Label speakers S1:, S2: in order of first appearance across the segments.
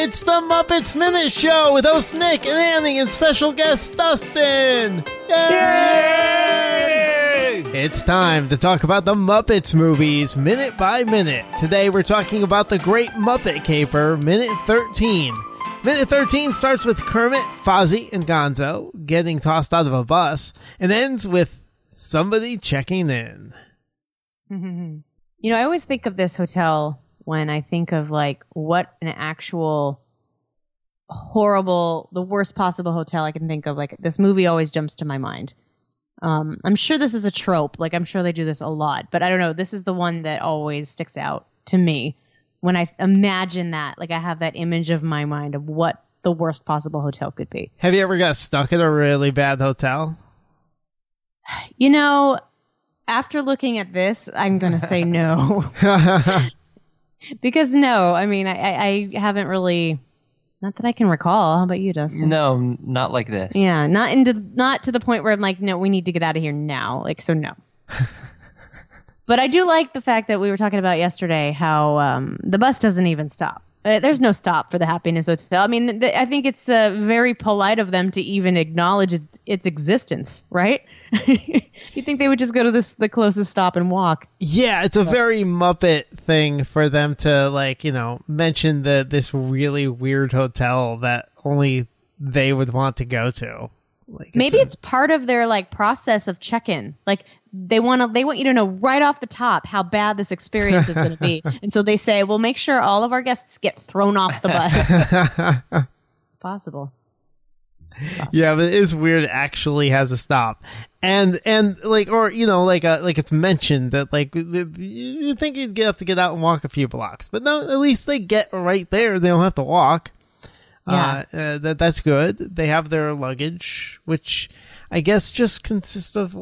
S1: It's the Muppets Minute Show with host Nick and Annie and special guest Dustin. Yay! It's time to talk about the Muppets movies minute by minute. Today we're talking about The Great Muppet Caper, minute 13. Minute 13 starts with Kermit, Fozzie, and Gonzo getting tossed out of a bus and ends with somebody checking in.
S2: You know, I always think of this hotel when I think of like what an actual horrible, the worst possible hotel I can think of. Like this movie always jumps to my mind. Um, I'm sure this is a trope. Like I'm sure they do this a lot, but I don't know. This is the one that always sticks out to me when I imagine that. Like I have that image of my mind of what the worst possible hotel could be.
S1: Have you ever got stuck in a really bad hotel?
S2: You know, after looking at this, I'm going to say no. because no, I mean, I, I, I haven't really, not that I can recall. How about you, Dustin?
S3: No, n- not like this.
S2: Yeah, not into, not to the point where I'm like, no, we need to get out of here now. Like, so no. but I do like the fact that we were talking about yesterday how um, the bus doesn't even stop. Uh, There's no stop for the Happiness Hotel. I mean, th- th- I think it's uh, very polite of them to even acknowledge its, its existence, right? you think they would just go to this, the closest stop and walk?
S1: Yeah, it's a very Muppet thing for them to like, you know, mention the this really weird hotel that only they would want to go to. Like,
S2: Maybe
S1: a-
S2: it's part of their like process of check-in. Like they want to they want you to know right off the top how bad this experience is going to be. And so they say, "We'll make sure all of our guests get thrown off the bus." it's possible.
S1: yeah, but it is weird. It actually has a stop, and and like or you know like uh, like it's mentioned that like you- you think you'd get have to get out and walk a few blocks, but no, at least they get right there. They don't have to walk.
S2: Yeah.
S1: Uh, uh, that that's good. They have their luggage, which I guess just consists of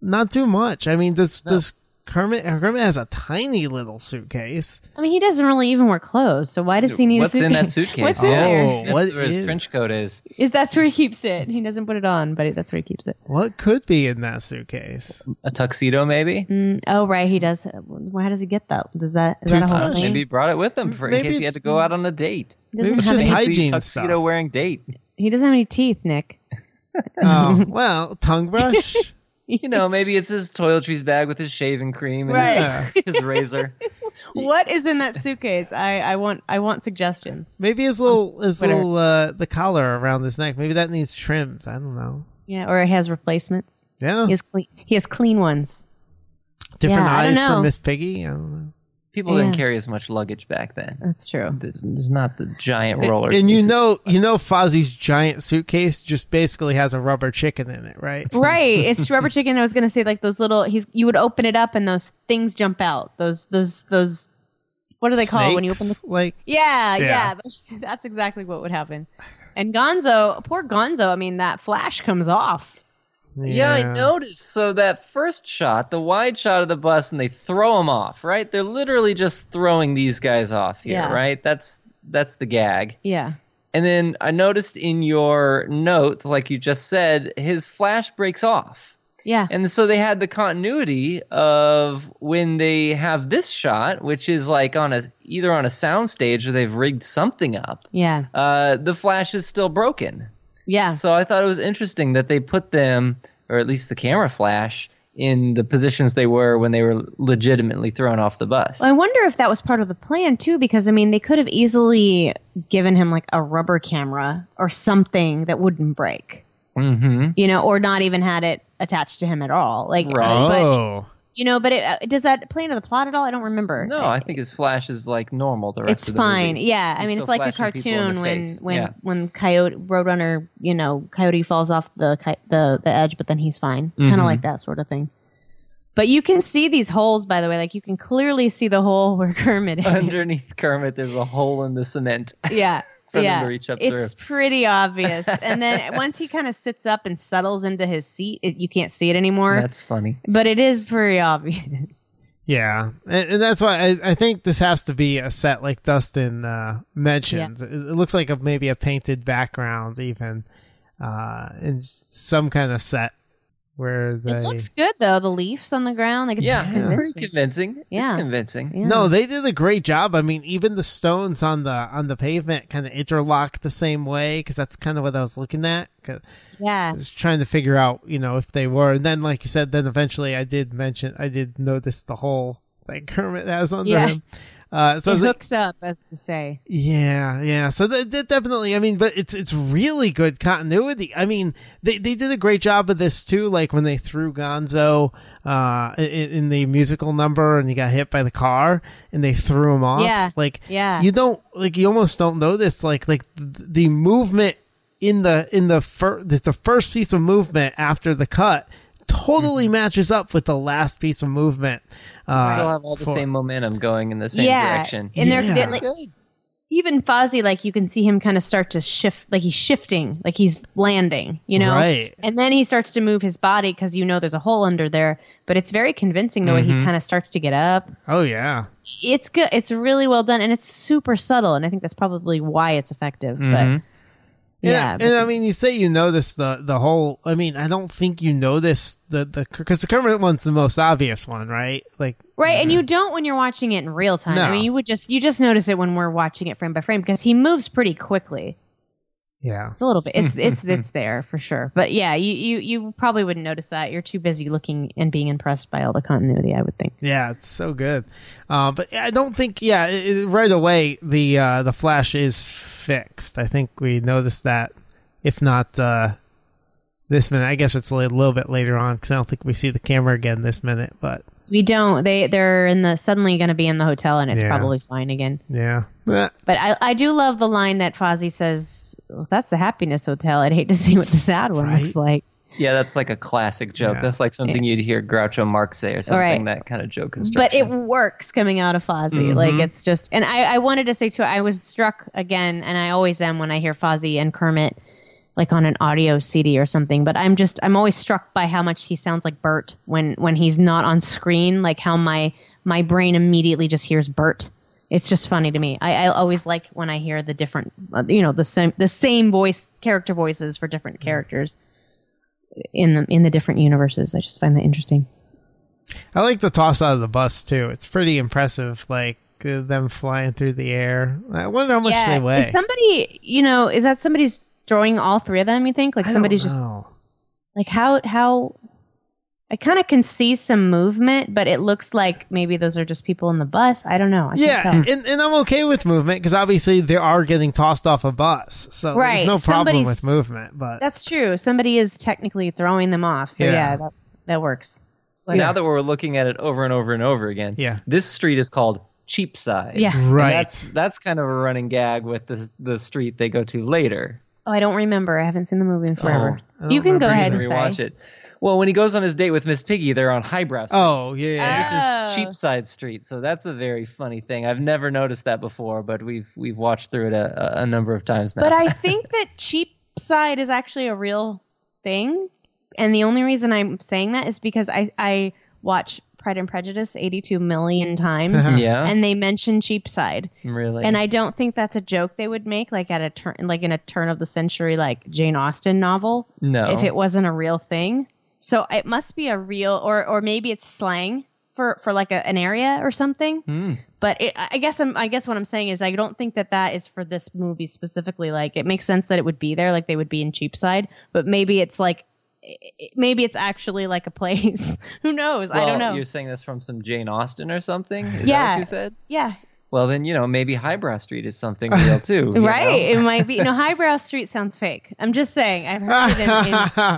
S1: not too much. I mean, this this Kermit Kermit has a tiny little suitcase.
S2: I mean, he doesn't really even wear clothes, so why does he need
S3: What's
S2: a
S3: in
S2: suitcase?
S3: that suitcase?
S2: What's in there?
S1: Oh.
S3: That's
S1: What
S3: where his
S1: is-
S3: trench coat is.
S2: Is that's where he keeps it? He doesn't put it on, but that's where he keeps it.
S1: What could be in that suitcase?
S3: A tuxedo, maybe?
S2: Mm, oh, right, he does. Why does he get that? Does that is that a whole
S1: Toothbrush.
S2: thing?
S3: Maybe he brought it with him for, in
S1: Maybe
S3: case he
S1: it's-
S3: had to go out on a date.
S2: He
S1: maybe
S2: doesn't
S1: it's
S2: have
S1: just
S2: any,
S1: hygiene stuff.
S3: tuxedo wearing date.
S2: he doesn't have any teeth, Nick.
S1: Oh well, tongue brush.
S3: You know, maybe it's his toiletries bag with his shaving cream and
S1: Right.
S3: his, his razor.
S2: What is in that suitcase? I, I want I want suggestions.
S1: Maybe his little his
S2: Whatever.
S1: little uh, the collar around his neck. Maybe that needs trimmed. I don't know.
S2: Yeah, or he has replacements.
S1: Yeah,
S2: He has clean. He has clean ones.
S1: different
S2: yeah, I don't
S1: eyes for
S2: know.
S1: Miss Piggy. I don't know.
S3: People
S2: Yeah.
S3: didn't carry as much luggage back then.
S2: That's true.
S3: There's, there's not the giant roller.
S1: and you
S3: cases.
S1: know, you know, Fozzie's giant suitcase just basically has a rubber chicken in it, right?
S2: Right. It's rubber chicken. I was gonna say like those little. He's you would open it up and those things jump out. Those those those. What are they called when you open the?
S1: Snakes, like
S2: Yeah,
S1: Yeah.
S2: yeah. That's exactly what would happen. And Gonzo, poor Gonzo. I mean, that flash comes off.
S3: Yeah. I noticed. So that first shot, the wide shot of the bus, and they throw him off. Right? They're literally just throwing these guys off here.
S2: Yeah.
S3: Right? That's that's the gag.
S2: Yeah.
S3: And then I noticed in your notes, like you just said, his flash breaks off.
S2: Yeah.
S3: And so they had the continuity of when they have this shot, which is like on a either on a soundstage or they've rigged something up.
S2: yeah.
S3: Uh, the flash is still broken.
S2: Yeah.
S3: So I thought it was interesting that they put them, or at least the camera flash, in the positions they were when they were legitimately thrown off the bus.
S2: I wonder if that was part of the plan too, because I mean, they could have easily given him like a rubber camera or something that wouldn't break,
S3: Mm-hmm.
S2: you know, or not even had it attached to him at all. Like, uh,
S3: Right.
S2: but,
S1: Oh,
S2: you know, but it, uh, does that play into the plot at all? I don't remember.
S3: No, I think his flash is like normal. The rest
S2: it's
S3: of the
S2: fine.
S3: movie.
S2: Yeah, I
S3: He's
S2: mean,
S3: still
S2: it's like a
S3: flashing people in the
S2: cartoon when
S3: face.
S2: when
S3: Yeah.
S2: when Coyote Roadrunner, you know, Coyote falls off the ki- the the edge, but then he's fine, kind
S3: Mhm.
S2: of like that sort of thing. But you can see these holes, by the way. Like you can clearly see the hole where Kermit is.
S3: Underneath Kermit, there's a hole in the cement.
S2: yeah.
S3: for them
S2: yeah.
S3: to reach up
S2: it's pretty obvious. And then once he kind of sits up and settles into his seat, it, you can't see it anymore.
S3: That's funny.
S2: but it is pretty obvious.
S1: yeah, and, and that's why I, I think this has to be a set like Dustin uh, mentioned. It, it looks like a, maybe a painted background, even uh, in some kind of set. where they
S2: It looks good though. The leaves on the ground, like it's
S3: Yeah,
S1: Yeah.
S3: pretty
S2: convincing.
S3: convincing.
S2: Yeah.
S3: It's convincing.
S2: Yeah.
S1: No, they did a great job. I mean, even the stones on the on the pavement kind of interlock the same way because that's kind of what I was looking at. 'Cause
S2: yeah,
S1: I was trying to figure out, you know, if they were. And then, like you said, then eventually I did mention, I did notice the hole that Kermit has under
S2: Yeah.
S1: him. Uh, so I
S2: it
S1: was like,
S2: hooks up, as to say.
S1: yeah, yeah. So that, that definitely, I mean, but it's it's really good continuity. I mean, they they did a great job of this too. Like when they threw Gonzo uh, in, in the musical number, and he got hit by the car, and they threw him off.
S2: Yeah,
S1: like
S2: yeah.
S1: you don't like you almost don't notice like like th- the movement in the in the first the first piece of movement after the cut totally matches up with the last piece of movement. Uh,
S3: Still have all the
S1: for-
S3: same momentum going in the same
S2: yeah,
S3: direction.
S2: and they're
S1: Yeah.
S2: they're, like, even Fozzie, like you can see him kind of start to shift, like he's shifting, like he's landing, you know.
S1: Right.
S2: And then he starts to move his body because you know there's a hole under there. But it's very convincing the way he
S3: Mm-hmm.
S2: kind of starts to get up.
S1: Oh yeah.
S2: It's good. It's really well done, and it's super subtle. And I think that's probably why it's effective.
S3: Mhm.
S2: But
S1: Yeah,
S2: yeah,
S1: and I mean, you say you notice the the whole. I mean, I don't think you notice the the because the Kermit one's the most obvious one, right? Like,
S2: Right, and you don't when you're watching it in real time.
S1: Mm-hmm. No.
S2: I mean, you would just you just notice it when we're watching it frame by frame because he moves pretty quickly.
S1: yeah,
S2: It's a little bit. It's it's it's there for sure. But yeah, you you you probably wouldn't notice that. You're too busy looking and being impressed by all the continuity. I would think.
S1: yeah, it's so good. Uh, but I don't think, yeah, it, it- right away the uh, the Flash is fixed. I think we noticed that, if not uh, this minute, I guess it's a li- little bit later on because I don't think we see the camera again this minute. But
S2: We don't. They they're in the suddenly going to be in the hotel and it's
S1: Yeah.
S2: probably fine again.
S1: yeah, Eh,
S2: But I I do love the line that Fozzie says. Well, that's the happiness hotel. I'd hate to see what the sad one
S1: Right.
S2: looks like.
S3: Yeah, that's like a classic joke.
S1: Yeah.
S3: That's like something you'd hear Groucho Marx say or
S2: Right.
S3: something, that kind of joke
S2: but
S3: construction.
S2: it works coming out of Fozzie. Like it's just, and I, I wanted to say too, I was struck again, and I always am when I hear Fozzie and Kermit like on an audio CD or something. But I'm just, I'm always struck by how much he sounds like Bert when when he's not on screen. Like how my my brain immediately just hears Bert. It's just funny to me. I, I always like when I hear the different, uh, you know, the same the same voice character voices for different characters in the in the different universes. I just find that interesting.
S1: I like the toss out of the bus too. It's pretty impressive, like uh, them flying through the air. I wonder how much they weigh.
S2: Is somebody, you know, is that somebody's drawing all three of them? You think like
S1: I don't
S2: somebody's just
S1: know.
S2: like how how. I kind of can see some movement, but it looks like maybe those are just people in the bus. I don't know. I can't
S1: yeah
S2: tell.
S1: and, and i'm okay with movement because obviously they are getting tossed off a bus so
S2: Right,
S1: there's no problem
S2: somebody's-
S1: with movement but
S2: that's true. Somebody is technically throwing them off. So
S1: Yeah.
S2: yeah, that, that works.
S3: But now that we're looking at it over and over and over again,
S1: Yeah.
S3: this street is called Cheapside.
S2: Yeah.
S3: And
S1: Right.
S3: That's that's kind of a running gag with the the street they go to later.
S2: Oh, I don't remember. I haven't seen the movie in forever.
S1: Oh, I don't
S2: you can go
S1: remember
S2: ahead
S1: either.
S2: and
S3: Rewatch
S2: say.
S3: it. Well, when he goes on his date with Miss Piggy, they're on Highbrow Street.
S1: oh yeah, yeah, yeah.
S2: Ah. Oh.
S3: This is Cheapside Street, so that's a very funny thing. I've never noticed that before, but we've we've watched through it a, a- a number of times now.
S2: But I think that Cheapside is actually a real thing. And the only reason I'm saying that is because I, I watch Pride and Prejudice 82 million times.
S3: yeah,
S2: and they mention Cheapside.
S3: really,
S2: And I don't think that's a joke they would make, like at a turn, like in a turn of the century, like Jane Austen novel,
S3: no,
S2: if it wasn't a real thing. So it must be a real, or or maybe it's slang for for like a, an area or something.
S3: Hmm.
S2: But it, I I guess I'm, I guess what I'm saying is I don't think that that is for this movie specifically. Like it makes sense that it would be there, like they would be in Cheapside, but maybe it's like. i- i- Maybe it's actually like a place. Who knows? I
S3: Well,
S2: don't know.
S3: You're saying this from some Jane Austen or something? Is that
S2: Yeah.
S3: what you said?
S2: yeah,
S3: Well, then you know maybe Highbrow Street is something real too, you
S2: Right.
S3: know?
S2: It might be. No, highbrow street sounds fake. I'm just saying. I've heard it in, in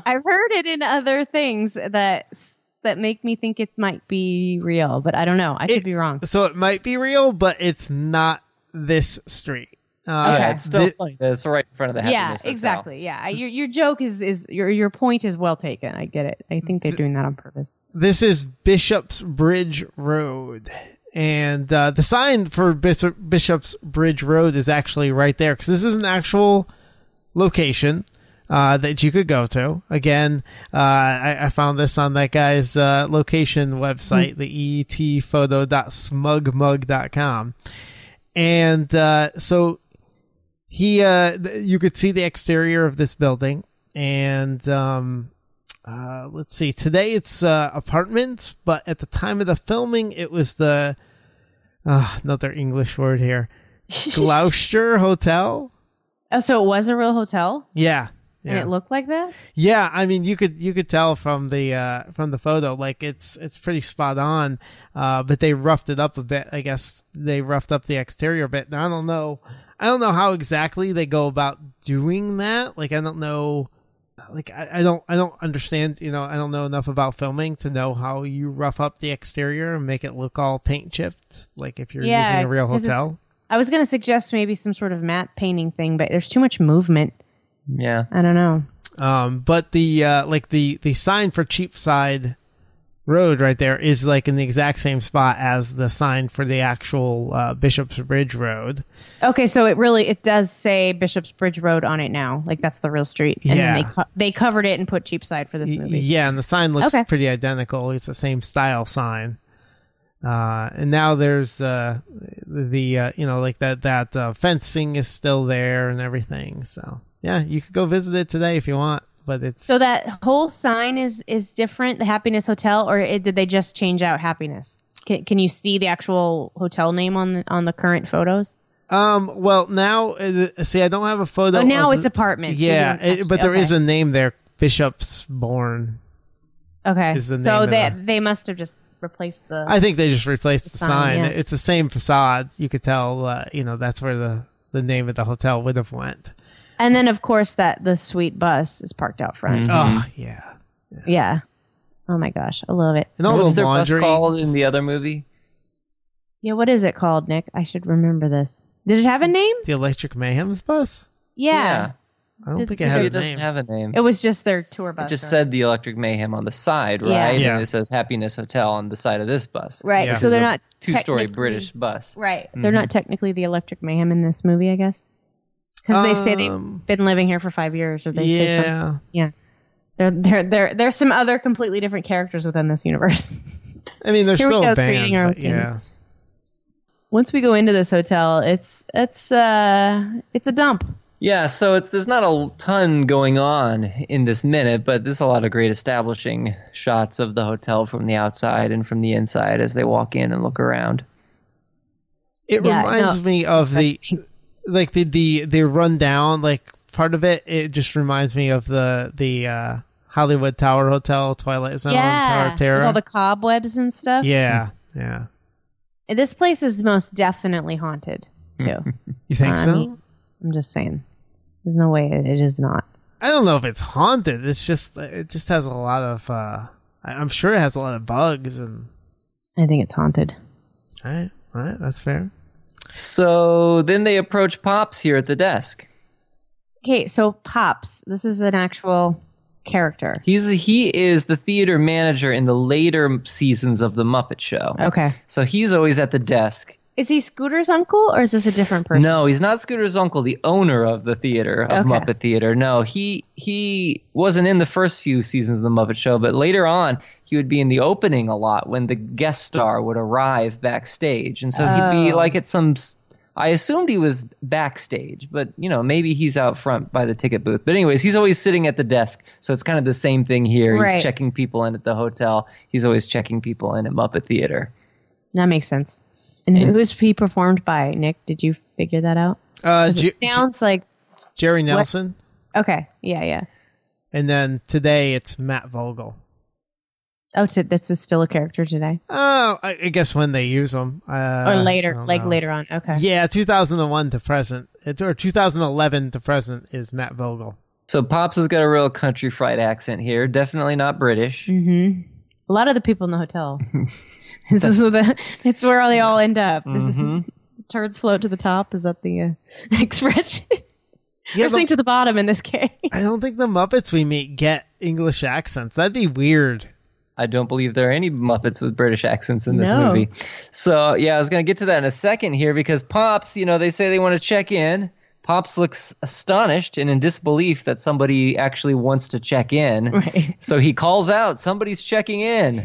S2: I've heard it in other things that s- that make me think it might be real, but I don't know. I could
S1: It-
S2: be wrong.
S1: so it might be real but it's not this street uh,
S3: Yeah, it's still
S1: thi-
S3: funny. that It's right in front of the
S2: Yeah,
S3: happiness. Hotel.
S2: exactly. Yeah, I- your your joke is is your your point is well taken. I get it. I think they're doing that on purpose.
S1: this is Bishop's Bridge Road. And uh, the sign for Bishop, Bishop's Bridge Road is actually right there because this is an actual location uh, that you could go to. Again, uh, I, I found this on that guy's uh, location website, the etphoto.smugmug.com. And uh, so he, uh, th- you could see the exterior of this building, and um, uh, let's see. Today it's uh, apartments, but at the time of the filming, it was the uh, another English word here, Gloucester Hotel.
S2: Oh, so it was a real hotel,
S1: Yeah,
S2: and
S1: yeah,
S2: it looked like that.
S1: yeah. I mean, you could you could tell from the uh, from the photo, like it's it's pretty spot on. Uh, but they roughed it up a bit. I guess they roughed up the exterior a bit. Now, I don't know. I don't know how exactly they go about doing that. Like, I don't know. Like, I, I don't I don't understand. You know, I don't know enough about filming to know how you rough up the exterior and make it look all paint chipped. Like if you're
S2: Yeah,
S1: using a real
S2: 'cause it's-
S1: hotel.
S2: I was gonna suggest maybe some sort of matte painting thing, but there's too much movement.
S3: Yeah.
S2: I don't know.
S1: Um, but the uh, like the the sign for Cheapside Road right there is like in the exact same spot as the sign for the actual uh, Bishop's Bridge Road.
S2: Okay, so it really it does say Bishop's Bridge Road on it now. Like that's the real street, and then
S1: Yeah.
S2: they co- they covered it and put Cheapside for this
S1: Y-
S2: movie.
S1: Yeah, and the sign looks
S2: Okay.
S1: pretty identical. It's the same style sign. Uh, and now there's uh, the uh, you know like that that uh, fencing is still there and everything. So yeah, you could go visit it today if you want. But it's
S2: So that whole sign is is different, the Happiness Hotel, or it, did they just change out Happiness? Can, can you see the actual hotel name on the, on the current photos?
S1: um well now uh, see I don't have a photo.
S2: Oh, now
S1: of
S2: it's
S1: the-
S2: apartments. You
S1: Yeah,
S2: don't
S1: it-
S2: actually-
S1: but there
S2: okay.
S1: is a name there. Bishop's Born.
S2: okay.
S1: is the name
S2: so
S1: of
S2: they
S1: the-
S2: they must have just replaced the.
S1: I think they just replaced the, sign.
S2: sign, yeah.
S1: It's the same facade. You could tell. Uh, you know that's where the the name of the hotel would have went.
S2: and then of course that the sweet bus is parked out front.
S3: Mm-hmm.
S1: Oh yeah,
S2: Yeah. Oh my gosh, I love it.
S1: and all
S3: What's
S1: the
S3: their
S1: laundry.
S3: bus called in the other movie?
S2: Yeah, what is it called, Nick? I should remember this. Did it have a name?
S1: The Electric Mayhem's bus.
S2: Yeah.
S1: I don't
S2: Did-
S1: think it
S2: did
S1: had
S3: Maybe
S1: a
S3: it doesn't
S1: name.
S3: have a name.
S2: It was just their tour bus.
S3: It just
S2: or-
S3: said the Electric Mayhem on the side,
S2: Yeah.
S3: right?
S1: Yeah.
S3: And it says Happiness Hotel on the side of this bus.
S2: Right.
S1: Yeah.
S2: So they're not
S3: Two-story
S2: technically-
S3: British Mm-hmm. bus.
S2: Right. They're not technically the Electric Mayhem in this movie, I guess. Because they say
S1: Um,
S2: they've been living here for five years, or they say something.
S1: yeah,
S2: Yeah. There, there, there, there's some other completely different characters within this universe.
S1: I mean they're
S2: Here we
S1: still
S2: go,
S1: a band.
S2: creating our
S1: but
S2: own
S1: yeah,
S2: Once we go into this hotel, it's it's uh it's a dump.
S3: Yeah, so it's there's not a ton going on in this minute, but there's a lot of great establishing shots of the hotel from the outside and from the inside as they walk in and look around.
S1: it
S2: Yeah,
S1: reminds
S2: no.
S1: me of the like the the the rundown like part of it. It just reminds me of the the uh, Hollywood Tower Hotel, Twilight Zone, Tower
S2: yeah,
S1: of
S2: with
S1: Terror.
S2: all the cobwebs and stuff.
S1: yeah, yeah.
S2: And This place is most definitely haunted too.
S1: You think
S2: I
S1: so?
S2: mean- I'm just saying, there's no way it, it is not.
S1: I don't know if it's haunted. It's just it just has a lot of. uh I- I'm sure it has a lot of bugs and.
S2: I think it's haunted.
S1: All right, all right, that's fair.
S3: So then they approach Pops here at the desk.
S2: Okay, so Pops, this is an actual character.
S3: He's he is the theater manager in the later seasons of the Muppet Show.
S2: Okay.
S3: So he's always at the desk.
S2: Is he Scooter's uncle or is this a different person?
S3: No, he's not Scooter's uncle, the owner of the theater of
S2: Okay.
S3: Muppet Theater. No, he he wasn't in the first few seasons of the Muppet Show, but later on he would be in the opening a lot when the guest star would arrive backstage, and so he'd be
S2: Oh.
S3: like at some. s- I assumed he was backstage, but you know maybe he's out front by the ticket booth. But anyways, he's always sitting at the desk, so it's kind of the same thing here.
S2: Right.
S3: He's checking people in at the hotel. He's always checking people in at Muppet Theater.
S2: That makes sense. And who's he performed by? Nick, did you figure that out?
S1: Uh,
S2: 'Cause
S1: Jer-
S2: it sounds like
S1: Jerry Nelson,
S2: okay, yeah, yeah.
S1: and then today it's Matt Vogel.
S2: Oh, to, this is still a character today
S1: Oh, I, I guess when they use them, uh,
S2: or
S1: I
S2: later,
S1: don't
S2: like
S1: know.
S2: later on. Okay,
S1: Yeah, 2001 to present, it, or 2011 to present is Matt Vogel.
S3: So Pops has got a real country fried accent here. Definitely not British.
S2: a lot of the people in the hotel. this is where the it's where they all end up. This
S3: Mm-hmm.
S2: is turds float to the top. Is that the uh, expression?
S1: Yeah,
S2: First thing
S1: the-
S2: to the bottom in this case.
S1: I don't think the Muppets we meet get English accents. That'd be weird.
S3: I don't believe there are any Muppets with British accents in this
S2: No.
S3: movie. So yeah, I was gonna get to that in a second here because Pops, you know, they say they want to check in. Pops looks astonished and in disbelief that somebody actually wants to check in.
S2: Right.
S3: So he calls out, "Somebody's checking in."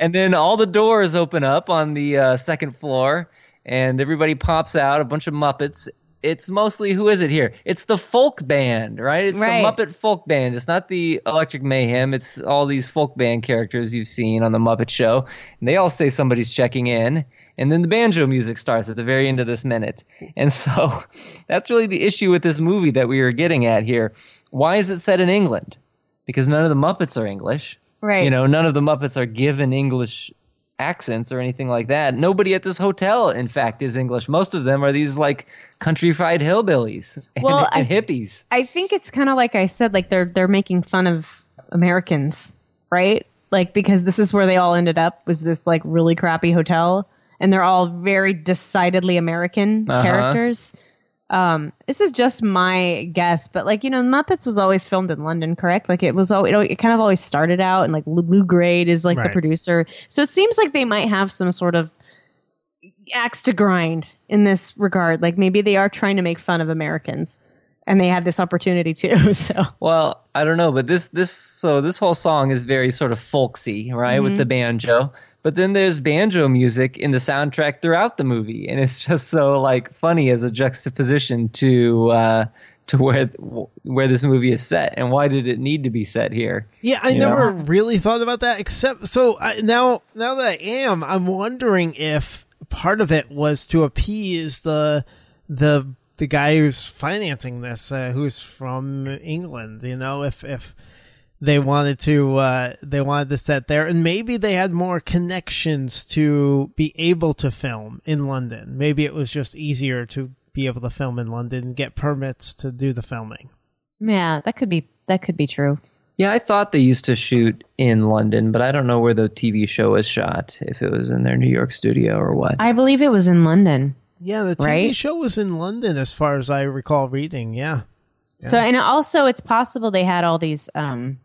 S3: and then all the doors open up on the uh, second floor, and everybody pops out, a bunch of Muppets. it's mostly who is it here? It's the folk band, right? It's
S2: Right.
S3: the Muppet folk band. It's not the Electric Mayhem. It's all these folk band characters you've seen on the Muppet Show, and they all say somebody's checking in, and then the banjo music starts at the very end of this minute. And so, that's really the issue with this movie that we are getting at here. Why is it set in England? Because none of the Muppets are English.
S2: Right.
S3: You know, none of the Muppets are given English accents or anything like that. Nobody at this hotel, in fact, is English. Most of them are these like country fried hillbillies and,
S2: Well, I-
S3: and hippies.
S2: I think it's kind of like I said, like they're they're making fun of Americans, right? Like because this is where they all ended up was this like really crappy hotel, and they're all very decidedly American
S3: Uh-huh.
S2: characters. Um, this is just my guess, but like you know, Muppets was always filmed in London, correct? Like it was, al- it, al- it kind of always started out, and like Lou, Lou Grade is like
S1: Right.
S2: the producer, so it seems like they might have some sort of axe to grind in this regard. Like maybe they are trying to make fun of Americans and they had this opportunity too. So
S3: Well, I don't know, but this this so this whole song is very sort of folksy, right,
S2: Mm-hmm.
S3: with the banjo. But then there's banjo music in the soundtrack throughout the movie, and it's just so like funny as a juxtaposition to uh, to where where this movie is set and why did it need to be set here?
S1: Yeah, I
S3: You know?
S1: never really thought about that. Except so I, now, now that I am, I'm wondering if part of it was to appease the the the guy who's financing this, uh, who's from England. You know, if if they wanted to uh, they wanted to set there, and maybe they had more connections to be able to film in London. Maybe it was just easier to be able to film in London and get permits to do the filming.
S2: yeah, that could be that could be true.
S3: Yeah, I thought they used to shoot in London, but I don't know where the TV show was shot, if it was in their New York studio or what.
S2: I believe it was in London.
S1: Yeah, the TV
S2: Right?
S1: show was in London, as far as I recall reading. Yeah,
S2: So and also it's possible they had all these um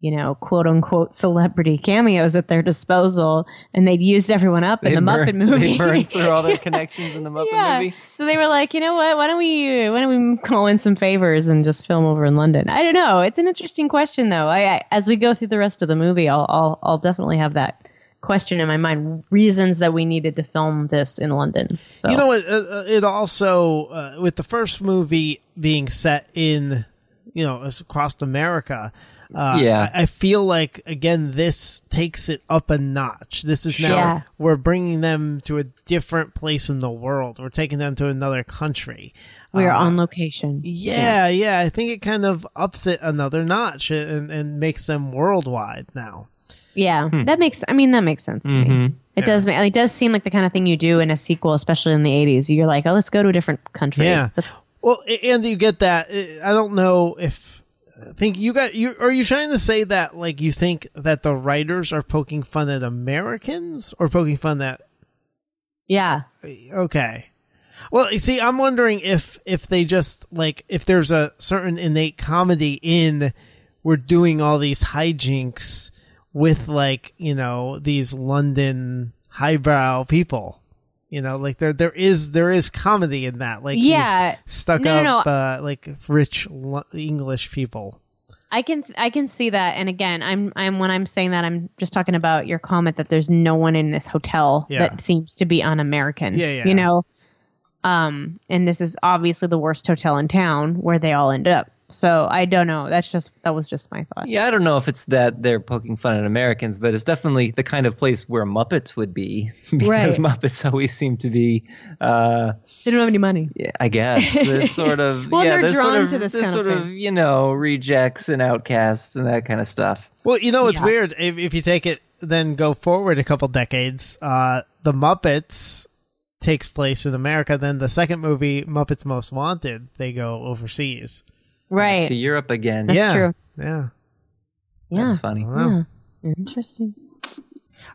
S2: you know, quote unquote celebrity cameos at their disposal and they'd used everyone up in the Muppet
S3: burned- They
S2: movie.
S3: burned through all their connections in the Muppet
S2: yeah.
S3: movie.
S2: So they were like, you know what? Why don't we why don't we call in some favors and just film over in London? I don't know. It's an interesting question though. I, I as we go through the rest of the movie, I'll I'll I'll definitely have that question in my mind. Reasons that we needed to film this in London. So
S1: you know it. uh, It also uh, with the first movie being set in, you know, as- across America. Uh,
S3: Yeah.
S1: I, I feel like again this takes it up a notch. This is now
S2: Sure. Yeah.
S1: we're bringing them to a different place in the world. We're taking them to another country.
S2: we're on location.
S1: Yeah, yeah. I think it kind of ups it another notch and, and makes them worldwide now.
S2: Yeah,
S1: Hmm.
S2: that makes. I mean, that makes sense to
S1: Mm-hmm.
S2: me. It does. ma- It does seem like the kind of thing you do in a sequel, especially in the '80s. You're like, oh, let's go to a different country.
S1: Yeah. Well, a- and you get that. eh, I I don't know if I think you got you. Are you trying to say that like you think that the writers are poking fun at Americans or poking fun at?
S2: yeah.
S1: Okay. Well, you see, I'm wondering if if they just like if there's a certain innate comedy in we're doing all these hijinks with like you know these London highbrow people. You know, like there there is there is comedy in that. Like these
S2: Yeah.
S1: stuck
S2: No, no,
S1: up Uh, like rich Lo- English people.
S2: I can I can see that, and again, I'm I'm when I'm saying that, I'm just talking about your comment that there's no one in this hotel
S1: Yeah.
S2: that seems to be un-American.
S1: Yeah, yeah.
S2: You know, um, and this is obviously the worst hotel in town where they all end up. So I don't know. That's just that was just my thought.
S3: Yeah, I don't know if it's that they're poking fun at Americans, but it's definitely the kind of place where Muppets would be because
S2: Right.
S3: Muppets always seem to be, uh,
S2: They don't have any money.
S3: yeah, I guess, they're sort of
S2: Well,
S3: yeah,
S2: they're
S3: sort
S2: drawn
S3: of,
S2: to this
S3: they're
S2: kind of
S3: sort of
S2: thing.
S3: you know rejects and outcasts and that kind of stuff.
S1: Well, you know, it's
S2: Yeah.
S1: weird if, if you take it, then go forward a couple decades. Uh, the Muppets takes place in America. Then the second movie, Muppets Most Wanted, they go overseas.
S2: Right.
S3: To Europe again,
S2: That's
S1: yeah,
S2: true.
S1: yeah.
S2: yeah.
S3: that's funny.
S1: Wow.
S2: Interesting.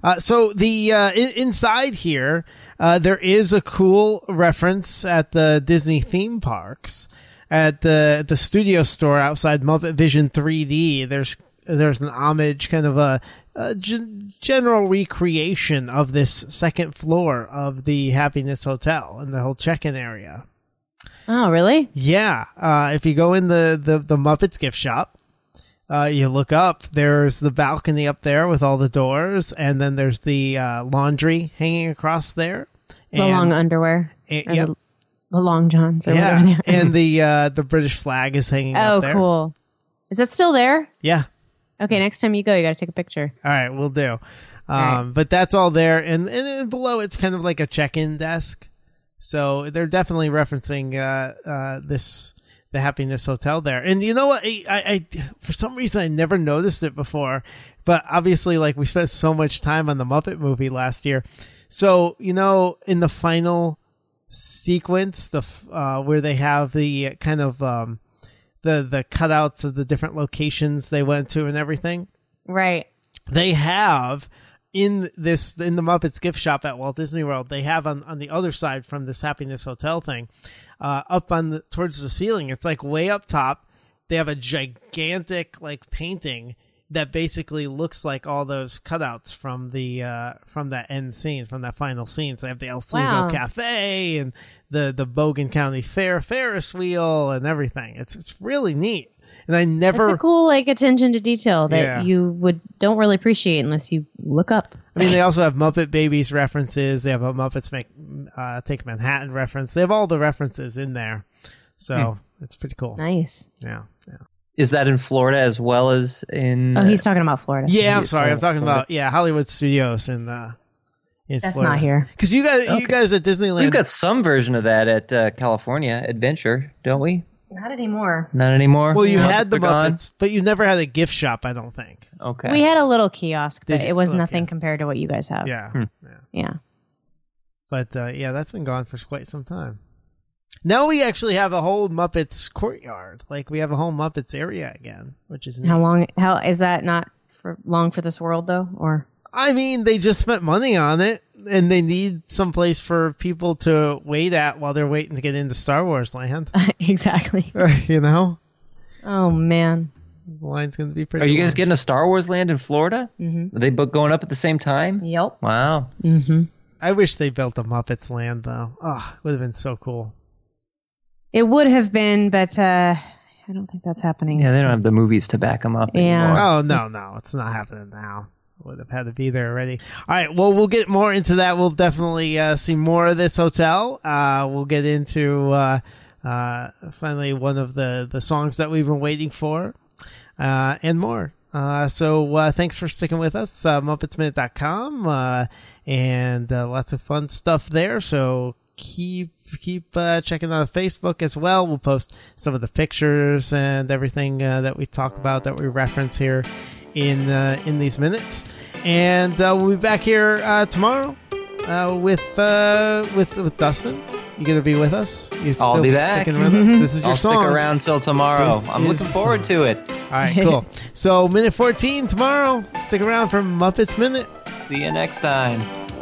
S1: Uh, so the uh, in- inside here, uh, there is a cool reference at the Disney theme parks. At the the studio store outside Muppet Vision 3D, there's there's an homage, kind of a, a gen- general recreation of this second floor of the Happiness Hotel and the whole check-in area.
S2: Oh, really?
S1: Yeah, uh, if you go in the the, the Muppets gift shop, uh, you look up. There's the balcony up there with all the doors, and then there's the uh, laundry hanging across there.
S2: The long underwear.
S1: and-
S2: or
S1: yeah,
S2: the the long johns or whatever they
S1: Yeah,
S2: are.
S1: and the uh, the British flag is hanging
S2: oh,
S1: up there. Mm.
S2: cool. Is that still there?
S1: Yeah.
S2: Okay, next time you go, you got to take a picture.
S1: All right, we'll do. Um,
S2: right.
S1: But that's all there, and and then below it's kind of like a check-in desk. So they're definitely referencing uh, uh, this the Happiness Hotel there. And you know what? I, I, I for some reason I never noticed it before, but obviously like we spent so much time on the Muppet movie last year, so you know in the final sequence, the f- uh, where they have the kind of um, the the cutouts of the different locations they went to and everything
S2: Right.
S1: they have in this in the Muppets gift shop at Walt Disney World. They have on on the other side from this Happiness Hotel thing, uh, up on the, towards the ceiling. It's like way up top. They have a gigantic like painting that basically looks like all those cutouts from the uh, from that end scene from that final scene. So they have the El Ciso
S2: Wow.
S1: Cafe and the the Bogan County Fair Ferris wheel and everything. It's it's really neat. And I never
S2: It's a cool like attention to detail that
S1: Yeah.
S2: you would don't really appreciate unless you look up.
S1: I mean, they also have Muppet Babies references. They have a Muppets make, uh, Take Manhattan reference. They have all the references in there. So it's pretty cool.
S2: Nice.
S1: Yeah. Yeah.
S3: Is that in Florida as well as in?
S2: Oh, he's talking about Florida.
S1: Yeah, I'm
S3: it's
S1: sorry. I'm
S3: all
S1: talking
S3: Florida.
S1: about, yeah, Hollywood Studios in, uh, in
S2: That's not here.
S1: Because you guys, you guys at Disneyland.
S3: We've got some version of that at uh, California Adventure, don't we?
S2: Not anymore.
S3: Not anymore.
S1: well, you
S3: Muppets
S1: had the
S3: are gone.
S1: Muppets, but you never had a gift shop, I don't think.
S3: Okay.
S2: We had a little kiosk,
S1: Did
S2: but
S1: you?
S2: it was
S1: Okay.
S2: nothing compared to what you guys have.
S1: Yeah.
S3: Hmm.
S1: yeah.
S2: Yeah.
S1: But uh, yeah, that's been gone for quite some time. Now we actually have a whole Muppets courtyard. Like we have a whole Muppets area again, which is neat.
S2: How long? How is that not for long for this world though? Or
S1: I mean, they just spent money on it, and they need some place for people to wait at while they're waiting to get into Star Wars Land.
S2: exactly.
S1: you know,
S2: Oh man.
S1: the line's going to be pretty.
S3: Are you guys
S1: long.
S3: getting a Star Wars land in Florida? Mm-hmm. Are they both going up at the same time?
S2: Yep.
S3: Wow.
S1: I wish they built a Muppets Land though. Oh, would have been so cool.
S2: It would have been, but uh, I don't think that's happening.
S3: Yeah, they don't have the movies to back them up.
S2: Yeah.
S3: anymore.
S1: Oh no, no, it's not happening now. Would have had to be there already. All right, well, we'll get more into that. We'll definitely uh, see more of this hotel. Uh, we'll get into uh, uh, finally one of the the songs that we've been waiting for, uh, and more. Uh, so uh, thanks for sticking with us, uh, MuppetsMinute.com, uh, and uh, lots of fun stuff there. So keep keep uh, checking out Facebook as well. We'll post some of the pictures and everything uh, that we talk about that we reference here in uh, in these minutes. And uh, we'll be back here uh, tomorrow uh, with uh, with with Dustin. You gonna be with us? You
S3: I'll
S1: still
S3: be back.
S1: Sticking with us? This is your
S3: I'll
S1: song.
S3: stick around till tomorrow.
S1: This
S3: I'm
S1: is
S3: looking
S1: your
S3: forward to it.
S1: All right, cool. so minute fourteen tomorrow. Stick around for Muppets Minute.
S3: See you next time.